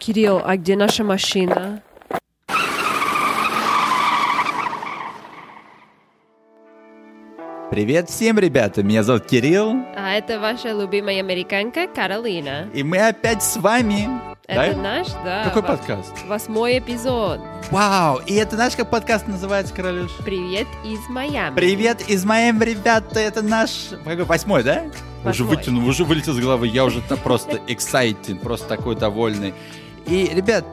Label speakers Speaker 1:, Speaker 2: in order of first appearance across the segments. Speaker 1: Кирилл, а где наша машина?
Speaker 2: Привет всем, ребята! Меня зовут Кирилл,
Speaker 1: А это ваша любимая американка Каролина.
Speaker 2: и мы опять с вами.
Speaker 1: Это
Speaker 2: Да?
Speaker 1: наш, да.
Speaker 2: Какой
Speaker 1: во-
Speaker 2: подкаст?
Speaker 1: Восьмой эпизод.
Speaker 2: Вау! И это наш как подкаст называется, Королюш?
Speaker 1: Привет из Майами.
Speaker 2: Привет из моим, ребята! Это наш какой, восьмой, да? Уже
Speaker 1: Восьмой.
Speaker 2: вытянул, уже вылетел из головы. Я уже та- просто excited, просто такой довольный. И, ребят,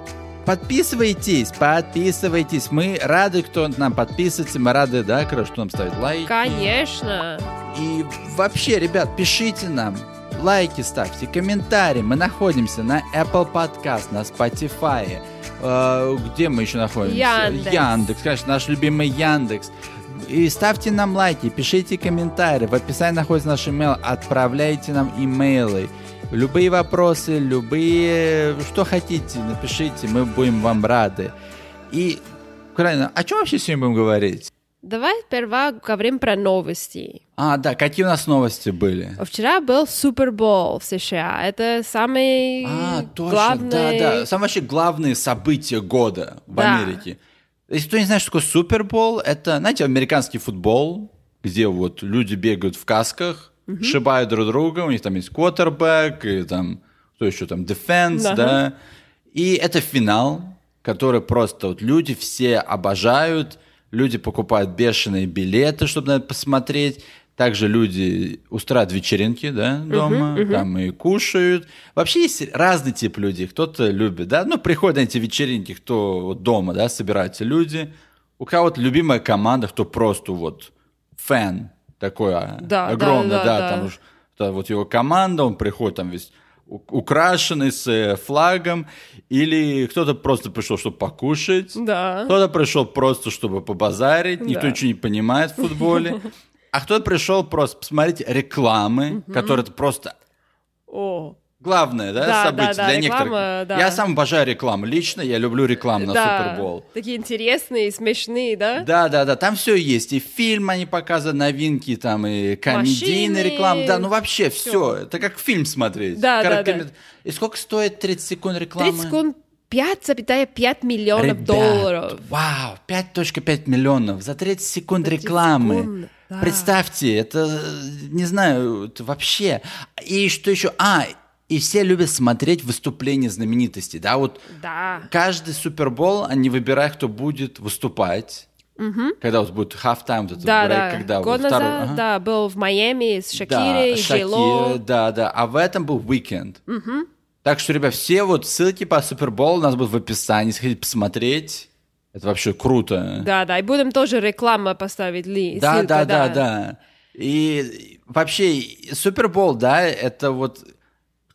Speaker 2: подписывайтесь, подписывайтесь. Мы рады, кто нам подписывается. Мы рады, да, Королюш, что нам ставит лайки.
Speaker 1: Конечно.
Speaker 2: И вообще, ребят, пишите нам, лайки ставьте, комментарии. Мы находимся на Apple Podcast, на Spotify. Э, где мы еще находимся?
Speaker 1: Яндекс.
Speaker 2: Яндекс, конечно, наш любимый Яндекс. И ставьте нам лайки, пишите комментарии. В описании находится наш имейл. Отправляйте нам имейлы. Любые вопросы, любые... Что хотите, напишите. Мы будем вам рады. И, Украина, о чем вообще сегодня будем говорить?
Speaker 1: Давай сперва говорим про новости.
Speaker 2: А, да, какие у нас новости были?
Speaker 1: Вчера был Супербол в США. Это самый
Speaker 2: А, точно,
Speaker 1: главный...
Speaker 2: да, да. Самое вообще главное событие года в
Speaker 1: Да.
Speaker 2: Америке. Если кто не знает, что такое Супербол, это, знаете, американский футбол, где вот люди бегают в касках, шибают друг друга, у них там есть квотербек, и там, кто еще там, дефенс,
Speaker 1: Да.
Speaker 2: да. И это финал, который просто вот люди все обожают, люди покупают бешеные билеты, чтобы на это посмотреть. Также люди устраивают вечеринки, да, дома, там и кушают. Вообще есть разный тип людей. Кто-то любит, да, ну, приходят на эти вечеринки, кто вот дома, да, собираются люди. У кого-то любимая команда, кто просто вот фэн такой а,
Speaker 1: Да,
Speaker 2: огромный,
Speaker 1: да, да,
Speaker 2: да,
Speaker 1: да.
Speaker 2: там уж да, вот его команда, он приходит там весь у- украшенный с э, флагом, или кто-то просто пришел, чтобы покушать,
Speaker 1: Да.
Speaker 2: кто-то пришел просто, чтобы побазарить, никто
Speaker 1: А? Да.
Speaker 2: ничего не понимает в футболе, а кто-то пришел просто посмотреть рекламы, которые это просто
Speaker 1: О.
Speaker 2: главное, да,
Speaker 1: Да, да,
Speaker 2: событие
Speaker 1: да,
Speaker 2: для
Speaker 1: реклама,
Speaker 2: некоторых.
Speaker 1: да.
Speaker 2: Я сам обожаю рекламу, лично я люблю рекламу на
Speaker 1: да.
Speaker 2: Супербол.
Speaker 1: Такие интересные, смешные, да?
Speaker 2: Да, да, да, там все есть. И фильм они показывают, новинки, там, и комедийные
Speaker 1: Машины.
Speaker 2: рекламы. Да, ну вообще все.
Speaker 1: Всё.
Speaker 2: Это как фильм смотреть.
Speaker 1: Да, да,
Speaker 2: Короткометр-
Speaker 1: да.
Speaker 2: И сколько стоит 30 секунд рекламы?
Speaker 1: 30 секунд 5,5 миллионов
Speaker 2: Ребят,
Speaker 1: долларов.
Speaker 2: Вау, 5.5 миллионов за 30 секунд
Speaker 1: 30
Speaker 2: рекламы.
Speaker 1: секунд, да.
Speaker 2: Представьте, это, э, не знаю, это вообще. И что еще? А, и все любят смотреть выступления знаменитостей, да, вот
Speaker 1: Да.
Speaker 2: каждый Супербол они выбирают, кто будет выступать. Когда вот будет halftime, вот это
Speaker 1: Да,
Speaker 2: выбирают,
Speaker 1: да.
Speaker 2: когда вот
Speaker 1: Год назад,
Speaker 2: второй- ага.
Speaker 1: да, был в Майами с Шакирой,
Speaker 2: да,
Speaker 1: и
Speaker 2: Шакира,
Speaker 1: Джейло.
Speaker 2: да, да. А в этом был уикенд. Так что, ребят, все вот ссылки по Суперболу у нас будут в описании. Если хотите посмотреть, это вообще круто.
Speaker 1: Да, да, и будем тоже реклама поставить, Ли.
Speaker 2: Да,
Speaker 1: ссылка,
Speaker 2: да, да, да. И вообще, и Супербол, да, это вот...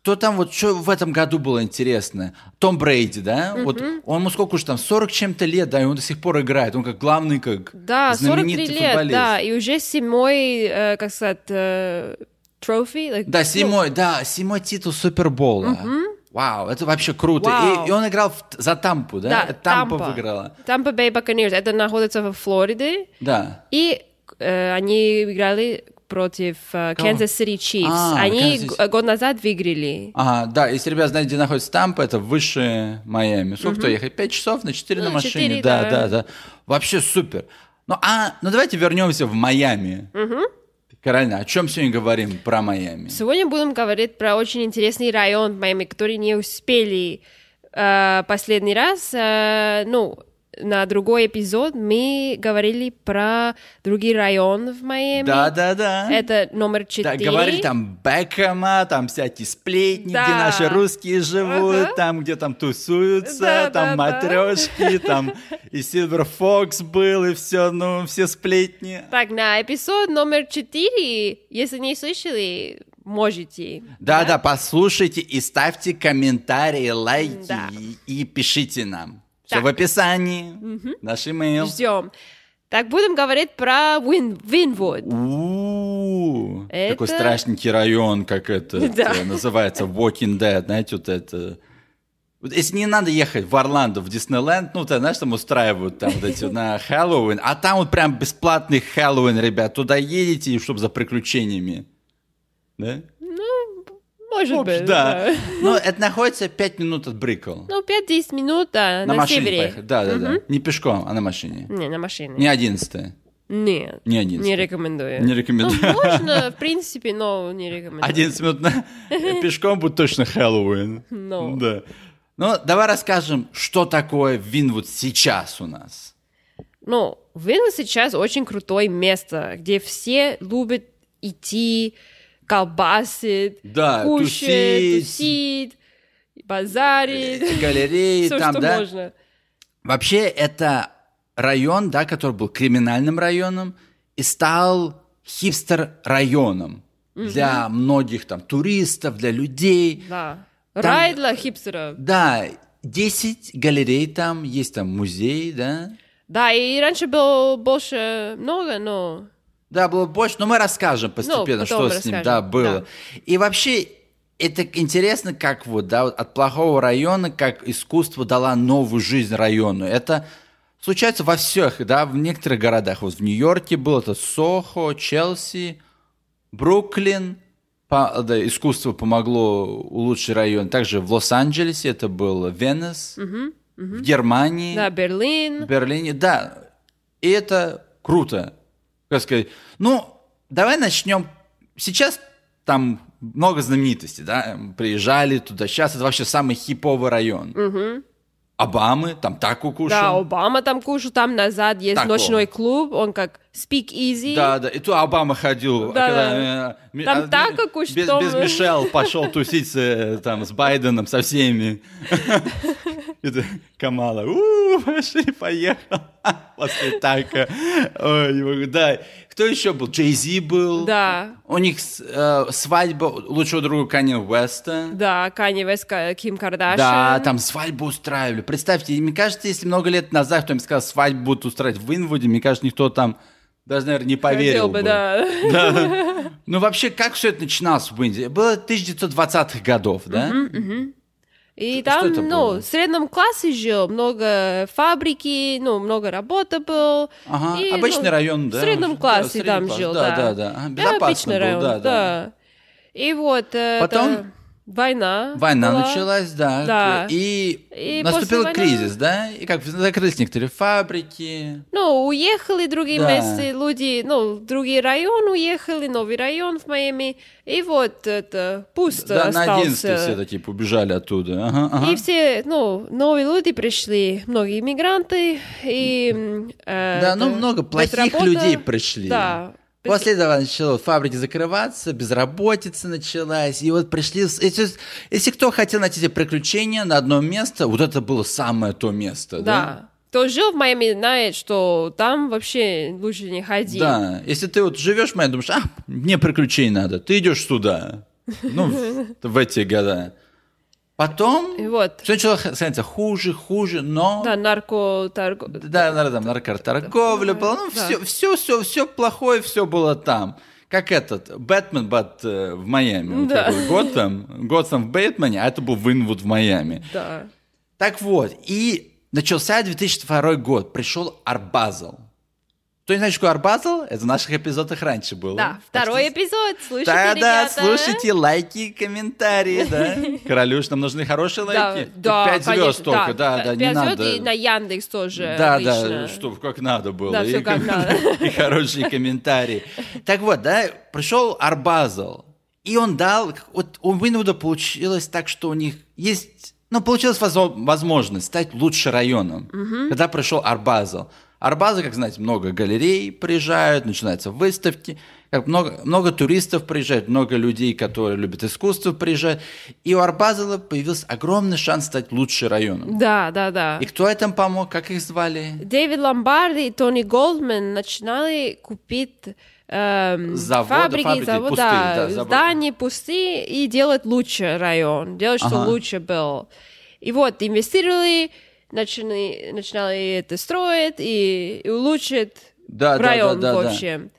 Speaker 2: Кто там, вот что в этом году было интересно? Том Брейди, да? Вот он ему сколько уж там, 40 чем-то лет, да, и он до сих пор играет. Он как главный, как
Speaker 1: Да, 43
Speaker 2: знаменитый
Speaker 1: лет,
Speaker 2: футболист.
Speaker 1: да, и уже седьмой, э, как сказать, э, трофи. like,
Speaker 2: Да,
Speaker 1: ну,
Speaker 2: седьмой, да, седьмой титул Супербола. Вау, это вообще круто.
Speaker 1: Вау.
Speaker 2: И, и он играл в Т- за Тампу, да?
Speaker 1: да,
Speaker 2: Тампа,
Speaker 1: Тампа.
Speaker 2: выиграла.
Speaker 1: Тампа Бэй Баканирс, это находится во Флориде,
Speaker 2: Да.
Speaker 1: и э, они играли против э,
Speaker 2: Кого?
Speaker 1: Канзас Сити Чифс.
Speaker 2: А,
Speaker 1: Они
Speaker 2: Kansas City.
Speaker 1: г- год назад выиграли.
Speaker 2: Ага, да, если ребят знаете, где находится Тампа, это выше Майами. Сколько то ехать? 5 часов на 4 на
Speaker 1: Ну,
Speaker 2: машине.
Speaker 1: четыре,
Speaker 2: да,
Speaker 1: да.
Speaker 2: да, да, Вообще супер. Ну, а, ну давайте вернемся в Майами. Каролина, о чем сегодня говорим про Майами?
Speaker 1: Сегодня будем говорить про очень интересный район в Майами, который не успели э, последний раз. э, ну, на другой эпизод мы говорили про другие районы в Майами.
Speaker 2: Да, да, да.
Speaker 1: Это номер
Speaker 2: Да,
Speaker 1: четыре.
Speaker 2: говорили там Бекхэма, там всякие сплетни,
Speaker 1: Да.
Speaker 2: где наши русские живут,
Speaker 1: Ага.
Speaker 2: там, где там тусуются,
Speaker 1: Да,
Speaker 2: там
Speaker 1: да, да.
Speaker 2: матрешки, там и Silver Fox был, и все, ну, все сплетни.
Speaker 1: Так, на эпизод номер четыре, если не слышали, можете.
Speaker 2: Да-да, послушайте и ставьте комментарии, лайки
Speaker 1: Да.
Speaker 2: и, и пишите нам. Все
Speaker 1: Так.
Speaker 2: в описании, наш имейл.
Speaker 1: Ждем. Так, будем говорить про Вин, Винвуд.
Speaker 2: У-у-у,
Speaker 1: Это-
Speaker 2: Такой страшненький район, как это
Speaker 1: Да.
Speaker 2: э, называется, Walking Dead, знаете, вот это... Вот если не надо ехать в Орландо, в Диснейленд, ну, ты знаешь, там устраивают там вот эти на Хэллоуин, а там вот прям бесплатный Хэллоуин, ребят, туда едете, чтобы за приключениями. Да?
Speaker 1: Может
Speaker 2: В общем,
Speaker 1: быть,
Speaker 2: да.
Speaker 1: да.
Speaker 2: Ну, это находится 5 минут от Брикл.
Speaker 1: Ну, 5-10 минут, да,
Speaker 2: На
Speaker 1: на
Speaker 2: машине
Speaker 1: севере.
Speaker 2: поехать. Да, да, да. Не пешком, а на машине.
Speaker 1: Не, на машине.
Speaker 2: Не 11
Speaker 1: Нет.
Speaker 2: Не 11.
Speaker 1: Не рекомендую.
Speaker 2: Не рекомендую.
Speaker 1: Ну, можно, в принципе, но не рекомендую.
Speaker 2: 11 минут на- пешком будет точно Хэллоуин.
Speaker 1: No.
Speaker 2: Да. Ну, давай расскажем, что такое Винвуд сейчас у нас.
Speaker 1: Ну, Винвуд сейчас очень крутое место, где все любят идти, колбасит,
Speaker 2: Да,
Speaker 1: кушает,
Speaker 2: тусить.
Speaker 1: тусит, базарит,
Speaker 2: Э, Галереи
Speaker 1: все,
Speaker 2: там,
Speaker 1: что
Speaker 2: да?
Speaker 1: можно.
Speaker 2: Вообще, это район, да, который был криминальным районом и стал хипстер-районом для многих там туристов, для людей.
Speaker 1: Да.
Speaker 2: Там-
Speaker 1: Рай для хипстеров.
Speaker 2: Да, 10 галерей там, есть там музей, да.
Speaker 1: Да, и раньше было больше много, но...
Speaker 2: Да, было больше, но мы расскажем постепенно,
Speaker 1: Ну, потом
Speaker 2: что с
Speaker 1: расскажем,
Speaker 2: ним да, было.
Speaker 1: да.
Speaker 2: И вообще, это интересно, как вот, да, вот от плохого района, как искусство дала новую жизнь району. Это случается во всех, да, в некоторых городах. Вот в Нью-Йорке было это Сохо, Челси, Бруклин. По- да, искусство помогло улучшить район. Также в Лос-Анджелесе это было Венес, в Германии.
Speaker 1: Да, Берлин.
Speaker 2: В Берлине, да. И это круто. Как сказать, ну, давай начнем. Сейчас там много знаменитостей, да, приезжали туда. Сейчас это вообще самый хиповый район. Обамы там так
Speaker 1: Да,
Speaker 2: укушал.
Speaker 1: Обама там кушал, там назад есть
Speaker 2: Так,
Speaker 1: ночной
Speaker 2: он.
Speaker 1: клуб, он как speak easy.
Speaker 2: Да, да, и то Обама ходил. А
Speaker 1: Да,
Speaker 2: когда,
Speaker 1: да.
Speaker 2: э, ми-
Speaker 1: Там
Speaker 2: а,
Speaker 1: так
Speaker 2: ми-
Speaker 1: укушал,
Speaker 2: Без,
Speaker 1: что
Speaker 2: без
Speaker 1: мы-
Speaker 2: Мишел пошел тусить э, там с Байденом, со всеми. Это Камала, у пошли, поехал. После танка. Ой, не могу. Да. Кто еще был? Джей Зи был.
Speaker 1: Да.
Speaker 2: У них с- э, свадьба лучшего друга Канье Уэста.
Speaker 1: Да, Канье Вест, Ка- Ким Кардашьян.
Speaker 2: Да, там свадьбу устраивали. Представьте, мне кажется, если много лет назад кто-нибудь сказал, свадьбу будут устраивать в Инвуде, мне кажется, никто там даже, наверное, не
Speaker 1: Хотел
Speaker 2: поверил бы.
Speaker 1: бы, да.
Speaker 2: Да. Ну вообще, как все это начиналось в Индии? Было 1920-х годов, да?
Speaker 1: И
Speaker 2: Что- что
Speaker 1: там,
Speaker 2: это
Speaker 1: ну,
Speaker 2: было?
Speaker 1: в среднем классе жил, много фабрики, ну, много работы был.
Speaker 2: Ага,
Speaker 1: И,
Speaker 2: обычный
Speaker 1: ну,
Speaker 2: район, да.
Speaker 1: В среднем
Speaker 2: Да,
Speaker 1: классе
Speaker 2: средний
Speaker 1: там
Speaker 2: класс,
Speaker 1: жил, да.
Speaker 2: да, да, да. А, безопасно
Speaker 1: обычный
Speaker 2: был,
Speaker 1: район,
Speaker 2: да, да.
Speaker 1: И вот э,
Speaker 2: Потом
Speaker 1: это война.
Speaker 2: Война
Speaker 1: была.
Speaker 2: началась, да.
Speaker 1: Да.
Speaker 2: И,
Speaker 1: И после
Speaker 2: наступил
Speaker 1: войны-
Speaker 2: кризис, да? И как закрылись некоторые фабрики.
Speaker 1: Ну, уехали другие
Speaker 2: Да.
Speaker 1: места, люди, ну, другие район уехали, новый район в Майами. И вот это пусто
Speaker 2: Да, на 11
Speaker 1: остался.
Speaker 2: все такие побежали оттуда. Ага, ага.
Speaker 1: И все, ну, новые люди пришли, многие иммигранты, и... м, э,
Speaker 2: Да, ну
Speaker 1: это,
Speaker 2: много плохих
Speaker 1: безработа.
Speaker 2: людей пришли.
Speaker 1: Да. Без-
Speaker 2: После этого начало фабрики закрываться, безработица началась, и вот пришли... с- Если, если кто хотел найти себе приключения на одно место, вот это было самое то место, да?
Speaker 1: Да. Кто жил в Майами, знает, что там вообще лучше не ходить.
Speaker 2: Да. Если ты вот живешь в Майами, думаешь, а, мне приключений надо, ты идешь сюда. Ну, в- в эти года.
Speaker 1: И
Speaker 2: Потом
Speaker 1: вот,
Speaker 2: все начало х- становиться хуже, хуже, но...
Speaker 1: да, наркоторг...
Speaker 2: Да, да, там наркоторговля была, ну,
Speaker 1: Да.
Speaker 2: все, все, все, все плохое, все было там. Как этот, Бэтмен бат э, в Майами, он
Speaker 1: Да.
Speaker 2: такой, Готэм, Готэм в Бэтмене, а это был Винвуд в Майами.
Speaker 1: Да.
Speaker 2: Так вот, и начался 2002 год, пришел Арбазл. Кто не знает, что такое Арбазл, это в наших эпизодах раньше было.
Speaker 1: Да,
Speaker 2: Так
Speaker 1: второй
Speaker 2: что-
Speaker 1: эпизод, слушайте,
Speaker 2: Да, да,
Speaker 1: ребята.
Speaker 2: слушайте, лайки, комментарии, да. Королюш, нам нужны хорошие
Speaker 1: Да,
Speaker 2: лайки.
Speaker 1: да,
Speaker 2: Пять звезд
Speaker 1: конечно,
Speaker 2: только, да, да, не
Speaker 1: пять
Speaker 2: надо.
Speaker 1: звезд и на Яндекс тоже
Speaker 2: Да,
Speaker 1: э, обычно.
Speaker 2: да, что как надо было.
Speaker 1: Да,
Speaker 2: и,
Speaker 1: всё как надо.
Speaker 2: и хорошие комментарии. Так вот, да, пришел Арбазл, и он дал, вот у Винвуда получилось так, что у них есть, ну, получилась возо- возможность стать лучше районом, когда пришел Арбазл. Арбаза, как знаете, много галерей приезжают, начинаются выставки, как много, много туристов приезжает, много людей, которые любят искусство, приезжают. И у Арбазала появился огромный шанс стать лучше районом.
Speaker 1: Да, да, да.
Speaker 2: И кто этому помог? Как их звали?
Speaker 1: Дэвид Ломбарди и Тони Голдман начинали купить эм,
Speaker 2: Заводы,
Speaker 1: фабрики,
Speaker 2: фабрики
Speaker 1: завод-
Speaker 2: пустые,
Speaker 1: да,
Speaker 2: да, завод-
Speaker 1: здания пустые и делать лучше район, делать, что
Speaker 2: Ага.
Speaker 1: лучше был. И вот инвестировали, начинали, начинали это строить и, и улучшить
Speaker 2: Да, да,
Speaker 1: район
Speaker 2: да, да,
Speaker 1: в
Speaker 2: да.
Speaker 1: общем.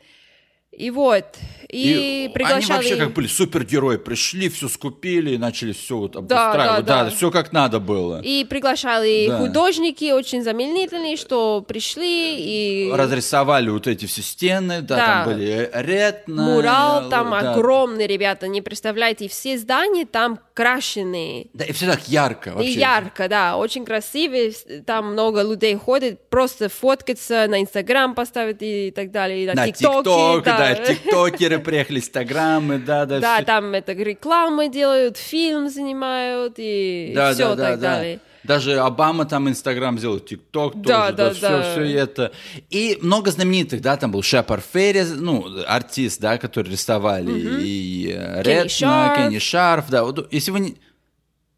Speaker 1: И вот, и,
Speaker 2: они
Speaker 1: приглашал
Speaker 2: вообще
Speaker 1: их.
Speaker 2: как были супергерои, пришли, все скупили и начали все вот
Speaker 1: да,
Speaker 2: обустраивать. Да,
Speaker 1: да.
Speaker 2: все как надо было.
Speaker 1: И приглашали
Speaker 2: Да.
Speaker 1: художники, очень знаменитые, что пришли и
Speaker 2: Разрисовали вот эти все стены, да,
Speaker 1: Да.
Speaker 2: там были ретно.
Speaker 1: мурал там
Speaker 2: э, да.
Speaker 1: огромный, ребята, не представляете, и все здания там крашеные.
Speaker 2: Да, и все так ярко вообще.
Speaker 1: И ярко, да, очень красивые, вс- там много людей ходит, просто фоткаться, на Инстаграм поставить и так далее, и на
Speaker 2: На
Speaker 1: ТикТоке,
Speaker 2: ТикТок, да,
Speaker 1: да.
Speaker 2: тиктокеры приехали, инстаграмы, да, да,
Speaker 1: Да,
Speaker 2: всё.
Speaker 1: там это рекламы делают, фильм снимают и
Speaker 2: Да,
Speaker 1: все
Speaker 2: да, да,
Speaker 1: так
Speaker 2: да.
Speaker 1: далее.
Speaker 2: Даже Обама там Инстаграм сделал, ТикТок тоже,
Speaker 1: Да,
Speaker 2: да,
Speaker 1: да,
Speaker 2: все,
Speaker 1: да.
Speaker 2: все это. И много знаменитых, да, там был Шепар Феррис, ну, артист, да, который рисовали, и э,
Speaker 1: Кенни
Speaker 2: Ретна,
Speaker 1: Шарф.
Speaker 2: Кенни Шарф, да. Вот, если вы не-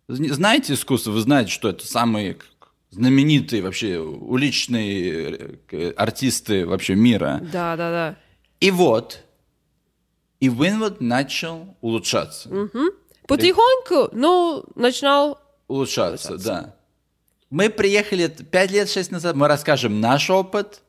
Speaker 2: зн- знаете искусство, вы знаете, что это самые к- знаменитые вообще уличные э, артисты вообще мира.
Speaker 1: Да, да, да.
Speaker 2: И вот, и Винвуд начал улучшаться.
Speaker 1: Потихоньку, ну, начинал
Speaker 2: улучшаться, да. Мы приехали 5 лет, 6 назад, мы расскажем наш опыт,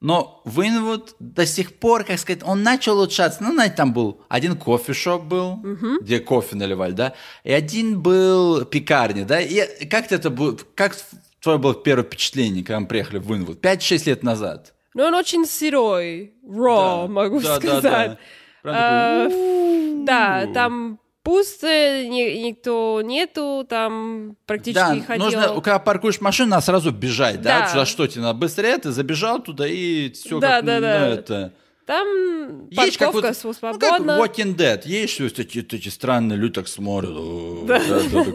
Speaker 2: но Винвуд до сих пор, как сказать, он начал улучшаться. Ну, знаете, там был один кофешоп был, где кофе наливали, да, и один был пекарня, да, и как это было, как твое было первое впечатление, когда мы приехали в Винвуд? 5-6 лет назад.
Speaker 1: Но ну, он очень сырой, raw,
Speaker 2: Да,
Speaker 1: могу
Speaker 2: да, да, да.
Speaker 1: сказать.
Speaker 2: Прям
Speaker 1: А,
Speaker 2: такой,
Speaker 1: Да, там пусто, ни- никто нету, там практически
Speaker 2: Да,
Speaker 1: ходил.
Speaker 2: нужно, когда паркуешь машину, надо сразу бежать, да?
Speaker 1: Да.
Speaker 2: За что тебе надо? Быстрее ты забежал туда и все
Speaker 1: Да,
Speaker 2: как,
Speaker 1: да,
Speaker 2: ну,
Speaker 1: да.
Speaker 2: это...
Speaker 1: Там
Speaker 2: Есть как
Speaker 1: парковка
Speaker 2: вот-
Speaker 1: св-
Speaker 2: ну, как
Speaker 1: свободна.
Speaker 2: Walking Dead. Есть что эти, эти странные люди так смотрят. «О, Да, да, такой,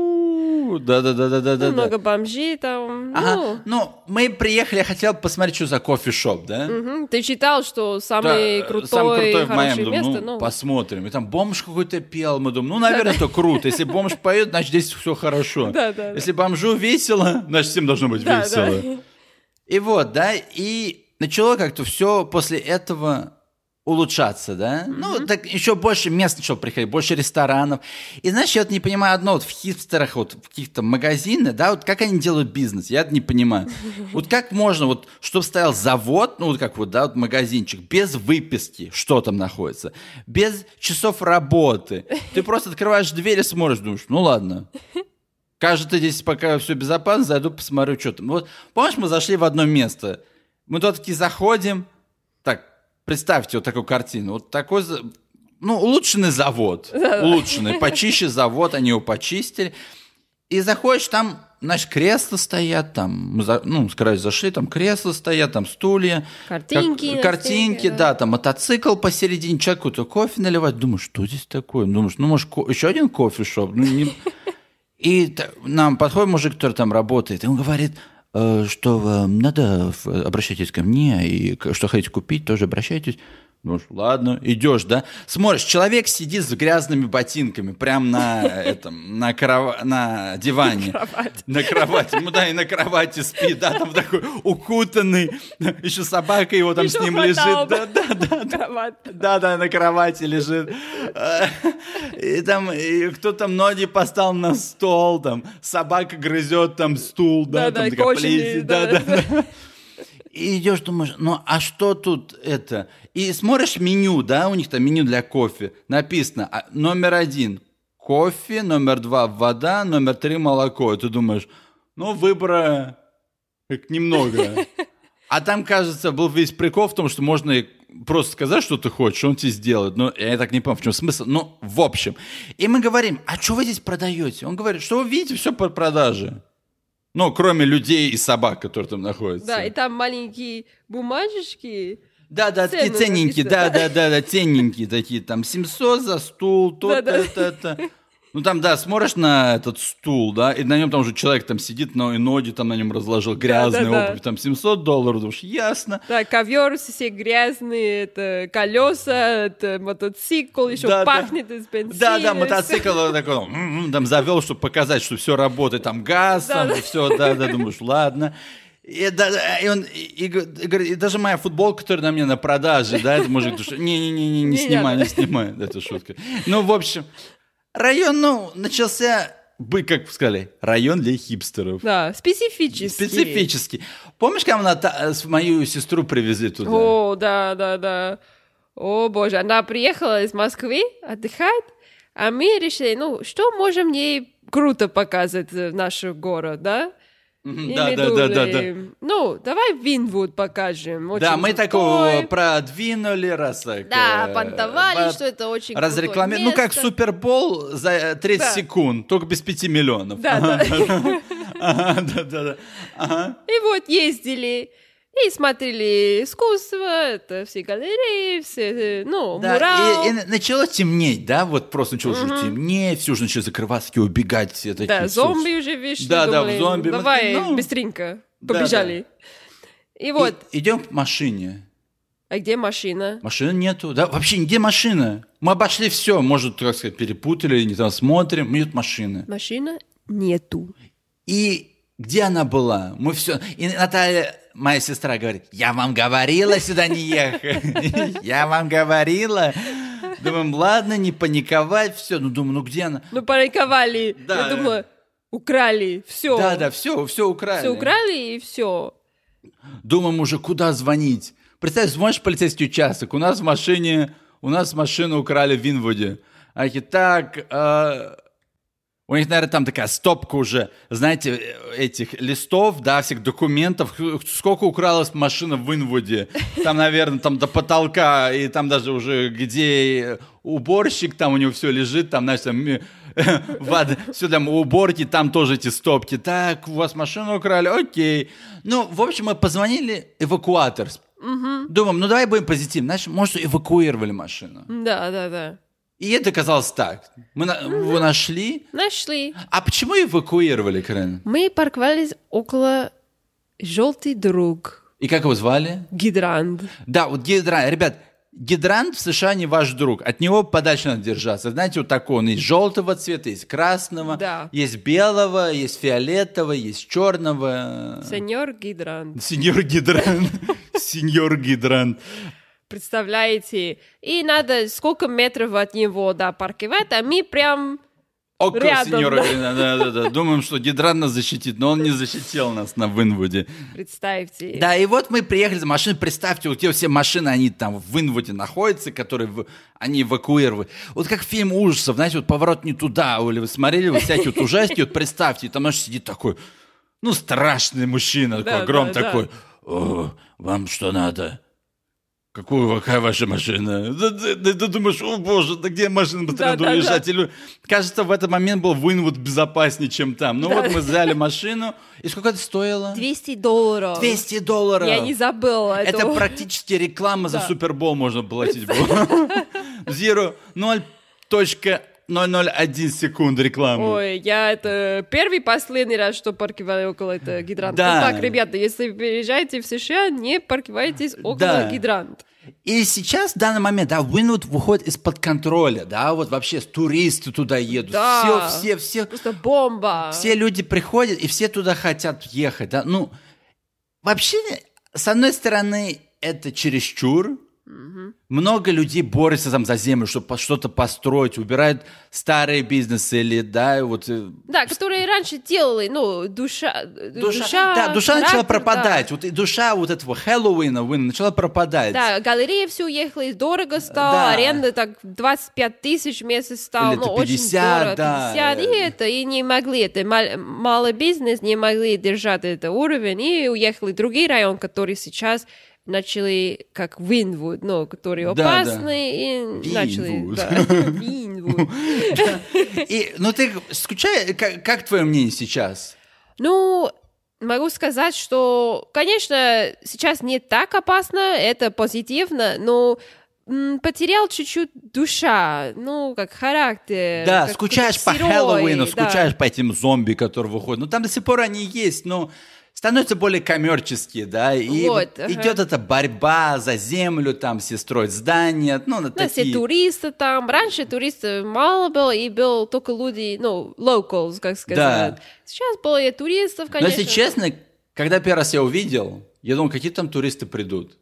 Speaker 2: «У-у-у». да, да, да, да, да, да.
Speaker 1: много бомжей там.
Speaker 2: Ага. Ну, мы приехали, я хотел посмотреть, что за кофешоп, да?
Speaker 1: Ну, мгм. Ты читал, что самый
Speaker 2: Да, э,
Speaker 1: крутой,
Speaker 2: самый крутой в
Speaker 1: хорошее
Speaker 2: Майами. Думаю,
Speaker 1: место?
Speaker 2: ну,
Speaker 1: ну,
Speaker 2: посмотрим. И там бомж какой-то пел. Мы думаем, ну, наверное, это круто. Если бомж поет, значит, здесь все хорошо.
Speaker 1: Да, да, да.
Speaker 2: Если бомжу весело, значит, всем должно быть
Speaker 1: да, да.
Speaker 2: весело. И вот, да, и начало как-то все после этого улучшаться, да? Ну, так еще больше мест начало приходить, больше ресторанов. И знаешь, я вот не понимаю одно, вот в хипстерах, вот в каких-то магазинах, да, вот как они делают бизнес, я это не понимаю. Вот как можно, вот, чтобы стоял завод, ну, вот как вот, да, вот магазинчик, без выписки, что там находится, без часов работы. Ты просто открываешь дверь и смотришь, думаешь, ну, ладно, Кажется, здесь пока все безопасно, зайду посмотрю, что там. Вот, помнишь, мы зашли в одно место? Мы туда таки заходим. Так, представьте вот такую картину. Вот такой, за- ну, улучшенный завод. Улучшенный, почище завод, они его почистили. И заходишь, там, значит, кресла стоят, там, мы за- ну, короче, зашли, там кресла стоят, там стулья.
Speaker 1: Картинки
Speaker 2: Как-
Speaker 1: на
Speaker 2: картинки,
Speaker 1: стенке,
Speaker 2: да.
Speaker 1: да.
Speaker 2: там мотоцикл посередине, человек какой-то кофе наливать. Думаешь, что здесь такое? Думаешь, ну, может, еще один кофешоп? Ну, не... И та- нам подходит мужик, который там работает, и он говорит, «Э, что вам надо, в- обращайтесь ко мне, и к- что хотите купить, тоже обращайтесь. Ну, ладно, идешь, да? Смотришь, человек сидит с грязными ботинками прям на этом, на, крова- на диване. На кровати. Ну да, и на кровати спит, да, там такой укутанный. Еще собака его там
Speaker 1: Ещё
Speaker 2: с ним лежит.
Speaker 1: хватало бы.
Speaker 2: Да, да, да, да.
Speaker 1: Кровать.
Speaker 2: Да, да, на кровати лежит. А, И там и кто-то ноги поставил на стол, там собака грызет там стул, да,
Speaker 1: Да-да,
Speaker 2: там такая
Speaker 1: коченный,
Speaker 2: плесень, да, да,
Speaker 1: да-да.
Speaker 2: да. И идешь, думаешь, ну а что тут это? И смотришь меню, да, у них там меню для кофе. Написано, а, номер один кофе, номер два вода, номер три молоко. И ты думаешь, ну выбора как немного. А там, кажется, был весь прикол в том, что можно и просто сказать, что ты хочешь, он тебе сделает. Но я так не помню, в чем смысл. Ну, в общем. И мы говорим, а что вы здесь продаете? Он говорит, что вы видите все по продаже. Ну, кроме людей и собак, которые там находятся.
Speaker 1: Да, и там маленькие бумажечки.
Speaker 2: Да, да,
Speaker 1: Цены
Speaker 2: такие ценненькие, да,
Speaker 1: написаны.
Speaker 2: да, да, да, ценненькие такие, там 700 за стул, то, то,
Speaker 1: Да-да.
Speaker 2: то, то. Ну там, да, смотришь на этот стул, да, и на нем там уже человек там сидит, но и ноги там на нем разложил, грязная
Speaker 1: да.
Speaker 2: обувь, там 700 долларов, думаешь, ясно.
Speaker 1: Да, ковер все грязные, это колеса, это мотоцикл, еще
Speaker 2: Да, да.
Speaker 1: пахнет из бензина.
Speaker 2: Да, да,
Speaker 1: всё.
Speaker 2: мотоцикл он такой, м, м, там завел, чтобы показать, что все работает, там газ, там все, да, да, думаешь, ладно. И, да- да, и он и- и г- и говорит, и даже моя футболка, которая на мне на продаже, да, это мужик, говорит, что не-не-не, не
Speaker 1: Не
Speaker 2: снимай, не
Speaker 1: надо».
Speaker 2: снимай, это шутка. Ну, в общем, район, ну, начался бы, как сказали, район для хипстеров.
Speaker 1: Да, специфический.
Speaker 2: Специфически. Помнишь, когда мы Ната- э, с- мою сестру привезли туда?
Speaker 1: О, да, да, да. О боже, она приехала из Москвы отдыхать, а мы решили, ну, что можем ей круто показать в наш город, да?
Speaker 2: Мгм,
Speaker 1: И
Speaker 2: Да,
Speaker 1: мы
Speaker 2: да, да, да, да.
Speaker 1: думали, Ну, давай Винвуд покажем.
Speaker 2: Да,
Speaker 1: очень
Speaker 2: мы
Speaker 1: крутой».
Speaker 2: такого продвинули, раз так,
Speaker 1: Да,
Speaker 2: э,
Speaker 1: понтовали,
Speaker 2: по-
Speaker 1: что это очень крутое
Speaker 2: разреклами... Ну, как
Speaker 1: место.
Speaker 2: Супербол за э, 30
Speaker 1: Да.
Speaker 2: секунд, только без 5 миллионов.
Speaker 1: Да, да.
Speaker 2: Ага, да, да, да. Ага.
Speaker 1: И вот ездили и смотрели искусство, это все галереи, все, э, ну,
Speaker 2: Да,
Speaker 1: мурал.
Speaker 2: и, и начало темнеть, да, вот просто начало уже темнеть, все уже начали закрываться, такие убегать, все такие.
Speaker 1: Да,
Speaker 2: всё,
Speaker 1: зомби уже, видишь,
Speaker 2: Да, да, в
Speaker 1: думали,
Speaker 2: зомби. Мы
Speaker 1: Давай,
Speaker 2: такие, ну,
Speaker 1: быстренько,
Speaker 2: да,
Speaker 1: побежали. И
Speaker 2: всё.
Speaker 1: вот,
Speaker 2: И- идем к машине.
Speaker 1: а где машина?
Speaker 2: Машины нету, да, вообще где машина? Мы обошли все, может, как сказать, перепутали, не там смотрим, нет машины.
Speaker 1: Машина нету.
Speaker 2: И где она была? Мы все. И Наталья, моя сестра, говорит: Я вам говорила сюда не ехать. Я вам говорила. Думаем, ладно, не паниковать, все. Ну, думаю, ну где она?
Speaker 1: Ну, паниковали.
Speaker 2: Да.
Speaker 1: Я думаю, украли, все.
Speaker 2: Да, да, все, все украли.
Speaker 1: Все украли и все.
Speaker 2: Думаем уже, куда звонить. Представь, звонишь в полицейский участок, у нас в машине, у нас машину украли в Винвуде. Они такие, так, э, у них, наверное, там такая стопка уже, знаете, э, этих листов, да, всех документов, х- сколько укралась машина в Винвуде. Там, наверное, там до потолка, и там даже уже где уборщик, там у него все лежит, там, знаешь, там, э, вода, все там уборки, там тоже эти стопки. Так, у вас машину украли, окей. Ну, в общем, мы позвонили эвакуатор. Думаем, ну давай будем позитивны, знаешь, может, эвакуировали машину.
Speaker 1: Да, да, да.
Speaker 2: И это казалось так. Мы на- его нашли,
Speaker 1: Нашли.
Speaker 2: а почему эвакуировали Крен?
Speaker 1: Мы парковались около желтый друг.
Speaker 2: И как его звали?
Speaker 1: Гидрант.
Speaker 2: Да, вот гидрант. Ребят, гидрант в США не ваш друг. От него подальше надо держаться. Знаете, вот такой он. Есть желтого цвета, есть красного,
Speaker 1: Да.
Speaker 2: есть белого, есть фиолетового, есть черного.
Speaker 1: Сеньор Гидрант.
Speaker 2: Сеньор гидрант. Сеньор гидрант.
Speaker 1: Представляете? И надо сколько метров от него, да, парковать, а мы прям...
Speaker 2: Около
Speaker 1: Рядом,
Speaker 2: сеньора
Speaker 1: да.
Speaker 2: гидрант. Да, да, да. Думаем, что гидрант нас защитит, но он не защитил нас на Винвуде.
Speaker 1: Представьте.
Speaker 2: Да, и вот мы приехали за машиной, представьте, вот те все машины, они там в инвуде находятся, которые в- они эвакуировали. Вот как фильм ужасов, знаете, вот поворот не туда, или вы смотрели вот всякие вот ужастики, вот представьте, там знаешь, сидит такой, ну, страшный мужчина, такой,
Speaker 1: Да,
Speaker 2: огромный
Speaker 1: да, да.
Speaker 2: такой, «О, вам что надо? Какую, какая ваша машина? Да, да, да, ты думаешь, о боже, да где машина быстрее
Speaker 1: Да,
Speaker 2: надо
Speaker 1: да, да.
Speaker 2: уезжать? Или- Кажется, в этот момент был вынвуд безопаснее, чем там. Ну вот мы взяли машину, и сколько это стоило?
Speaker 1: 200 долларов.
Speaker 2: 200 долларов.
Speaker 1: Я не забыла
Speaker 2: Это
Speaker 1: этого.
Speaker 2: практически реклама за
Speaker 1: Да.
Speaker 2: Супербол можно платить было. Zero 0.001 секунд рекламы.
Speaker 1: Ой, я это первый последний раз, что парковали около этого гидранта.
Speaker 2: Да.
Speaker 1: Так, ребята, если переезжаете в США, не паркивайтесь около
Speaker 2: Да.
Speaker 1: гидранта.
Speaker 2: И сейчас, в данный момент, да, Winwood выходит из-под контроля, да, вот вообще туристы туда едут,
Speaker 1: Да.
Speaker 2: все, все, все,
Speaker 1: Просто бомба.
Speaker 2: все люди приходят, и все туда хотят ехать, да, ну, вообще, с одной стороны, это чересчур, Много людей борются там за землю, чтобы что-то построить, убирают старые бизнесы или, да, и вот... э,
Speaker 1: Да, которые раньше делали, ну, душа... Душа,
Speaker 2: да, душа
Speaker 1: характер,
Speaker 2: начала
Speaker 1: да.
Speaker 2: пропадать. Вот и душа вот этого Хэллоуина, Уина, начала пропадать.
Speaker 1: Да, галерея все уехала, и дорого стало,
Speaker 2: Да.
Speaker 1: аренда так 25 тысяч в месяц стала,
Speaker 2: Или
Speaker 1: ну,
Speaker 2: это
Speaker 1: очень
Speaker 2: 50,
Speaker 1: дорого,
Speaker 2: да.
Speaker 1: 50, и это, и не могли, это мал- малый бизнес, не могли держать этот уровень, и уехали в другие районы, которые сейчас начали как Винвуд, ну, которые
Speaker 2: Да, да.
Speaker 1: опасные, и начали...
Speaker 2: Винвуд.
Speaker 1: да, Винвуд.
Speaker 2: И, ну ты скучай, как, как твое мнение сейчас?
Speaker 1: Ну, могу сказать, что, конечно, сейчас не так опасно, это позитивно, но м, потерял чуть-чуть душа, ну, как характер.
Speaker 2: да,
Speaker 1: Э, как
Speaker 2: скучаешь по
Speaker 1: герой,
Speaker 2: Хэллоуину,
Speaker 1: да.
Speaker 2: скучаешь по этим зомби, которые выходят. Ну там до сих пор они есть, но становятся более коммерческие, да, и
Speaker 1: Вот, ага.
Speaker 2: идет эта борьба за землю, там все строят здания, ну, на
Speaker 1: Да, все
Speaker 2: такие...
Speaker 1: туристы там. Раньше туристов мало было, и был только люди, ну, locals, как сказать. Сейчас было и туристов,
Speaker 2: Но
Speaker 1: конечно.
Speaker 2: если честно, когда первый раз я увидел, я думал, какие там туристы придут.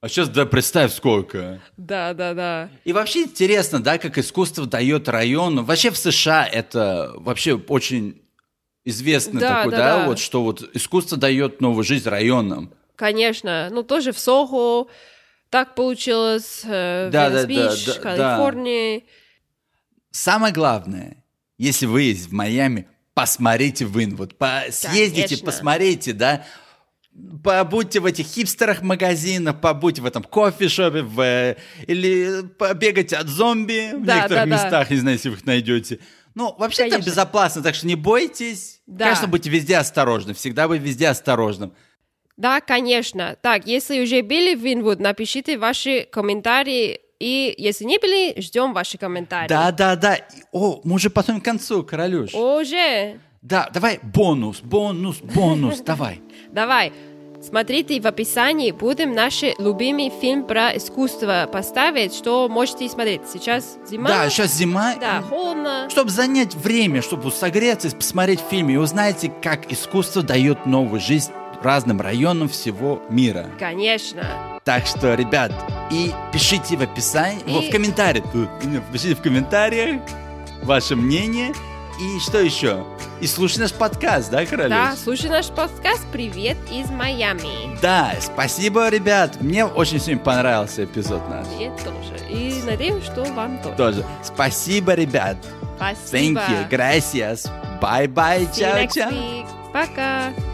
Speaker 2: А сейчас, да, представь, сколько.
Speaker 1: Да, да, да.
Speaker 2: И вообще интересно, да, как искусство дает району. Вообще в США это вообще очень известный
Speaker 1: Да,
Speaker 2: такой,
Speaker 1: да,
Speaker 2: да,
Speaker 1: да.
Speaker 2: вот что вот искусство дает новую жизнь районам.
Speaker 1: Конечно, ну тоже в Сохо, так получилось, э,
Speaker 2: Да, да,
Speaker 1: Venice
Speaker 2: да,
Speaker 1: Beach,
Speaker 2: да, да.
Speaker 1: Калифорния.
Speaker 2: Самое главное, если вы есть в Майами, посмотрите в Инвуд, по- съездите,
Speaker 1: Конечно.
Speaker 2: посмотрите, да, побудьте в этих хипстерах магазинах, побудьте в этом кофе-шопе, в, э, или побегайте от зомби в
Speaker 1: Да,
Speaker 2: некоторых
Speaker 1: да, да.
Speaker 2: местах, не знаю, если вы их найдете. Ну, вообще там
Speaker 1: Конечно.
Speaker 2: безопасно, так что не бойтесь.
Speaker 1: Да.
Speaker 2: Конечно, будьте везде осторожны, всегда быть везде осторожным.
Speaker 1: Да, конечно. Так, если уже были в Винвуд, напишите ваши комментарии. И если не были, ждем ваши комментарии.
Speaker 2: Да, да, да. И- О, мы уже потом к концу, королюш.
Speaker 1: Уже.
Speaker 2: Да, давай бонус, бонус, бонус, давай.
Speaker 1: Давай. Смотрите в описании, будем наш любимый фильм про искусство поставить, что можете смотреть. Сейчас зима.
Speaker 2: Да, сейчас зима.
Speaker 1: Да, холодно.
Speaker 2: Чтобы занять время, чтобы согреться, и посмотреть фильм, и узнаете, как искусство дает новую жизнь разным районам всего мира.
Speaker 1: Конечно.
Speaker 2: Так что, ребят, и пишите в описании,
Speaker 1: И-
Speaker 2: во, в комментариях, Ту, пишите в комментариях ваше мнение, и что еще? И слушай наш подкаст, да, Королюш?
Speaker 1: Да, слушай наш подкаст «Привет из Майами».
Speaker 2: Да, спасибо, ребят, мне очень сегодня понравился эпизод наш.
Speaker 1: И тоже. И надеюсь, что вам тоже.
Speaker 2: Тоже. Спасибо, ребят.
Speaker 1: Спасибо.
Speaker 2: Thank you, gracias.
Speaker 1: See you
Speaker 2: Bye-bye,
Speaker 1: next
Speaker 2: чао-чао.
Speaker 1: week. Пока.